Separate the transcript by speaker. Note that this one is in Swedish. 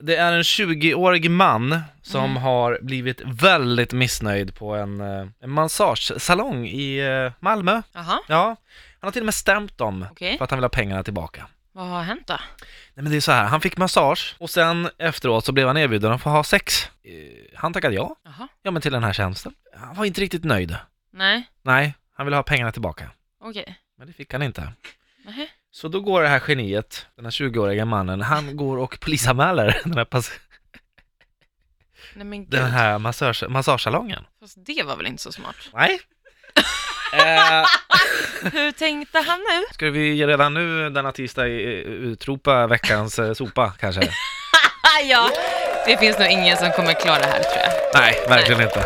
Speaker 1: Det är en 20-årig man som har blivit väldigt missnöjd på en, eh, en massagesalong i eh, Malmö.
Speaker 2: Jaha,
Speaker 1: Ja, han har till och med stämt dem
Speaker 2: okej.
Speaker 1: för att han vill ha pengarna tillbaka.
Speaker 2: Vad har hänt då?
Speaker 1: Nej men det är så här, han fick massage och sen efteråt så blev han erbjuden att få ha sex. Eh, Han tackade ja,
Speaker 2: Jaha,
Speaker 1: ja men till den här tjänsten. Han var inte riktigt nöjd.
Speaker 2: nej,
Speaker 1: Nej, han ville ha pengarna tillbaka.
Speaker 2: okej.
Speaker 1: Men det fick han inte.
Speaker 2: Nähä.
Speaker 1: Så då går det här geniet, den här 20-åriga mannen, han går och polisanmäler den här, pass-
Speaker 2: Nej men gud,
Speaker 1: den här massage- massagesalongen.
Speaker 2: fast det var väl inte så smart.
Speaker 1: Nej. eh,
Speaker 2: Hur tänkte han nu?
Speaker 1: ska vi redan nu denna tisdag eh, utropa veckans eh, sopa kanske?
Speaker 2: Ah, ja, det finns nog ingen som kommer klara det här tror jag.
Speaker 1: Nej, verkligen inte.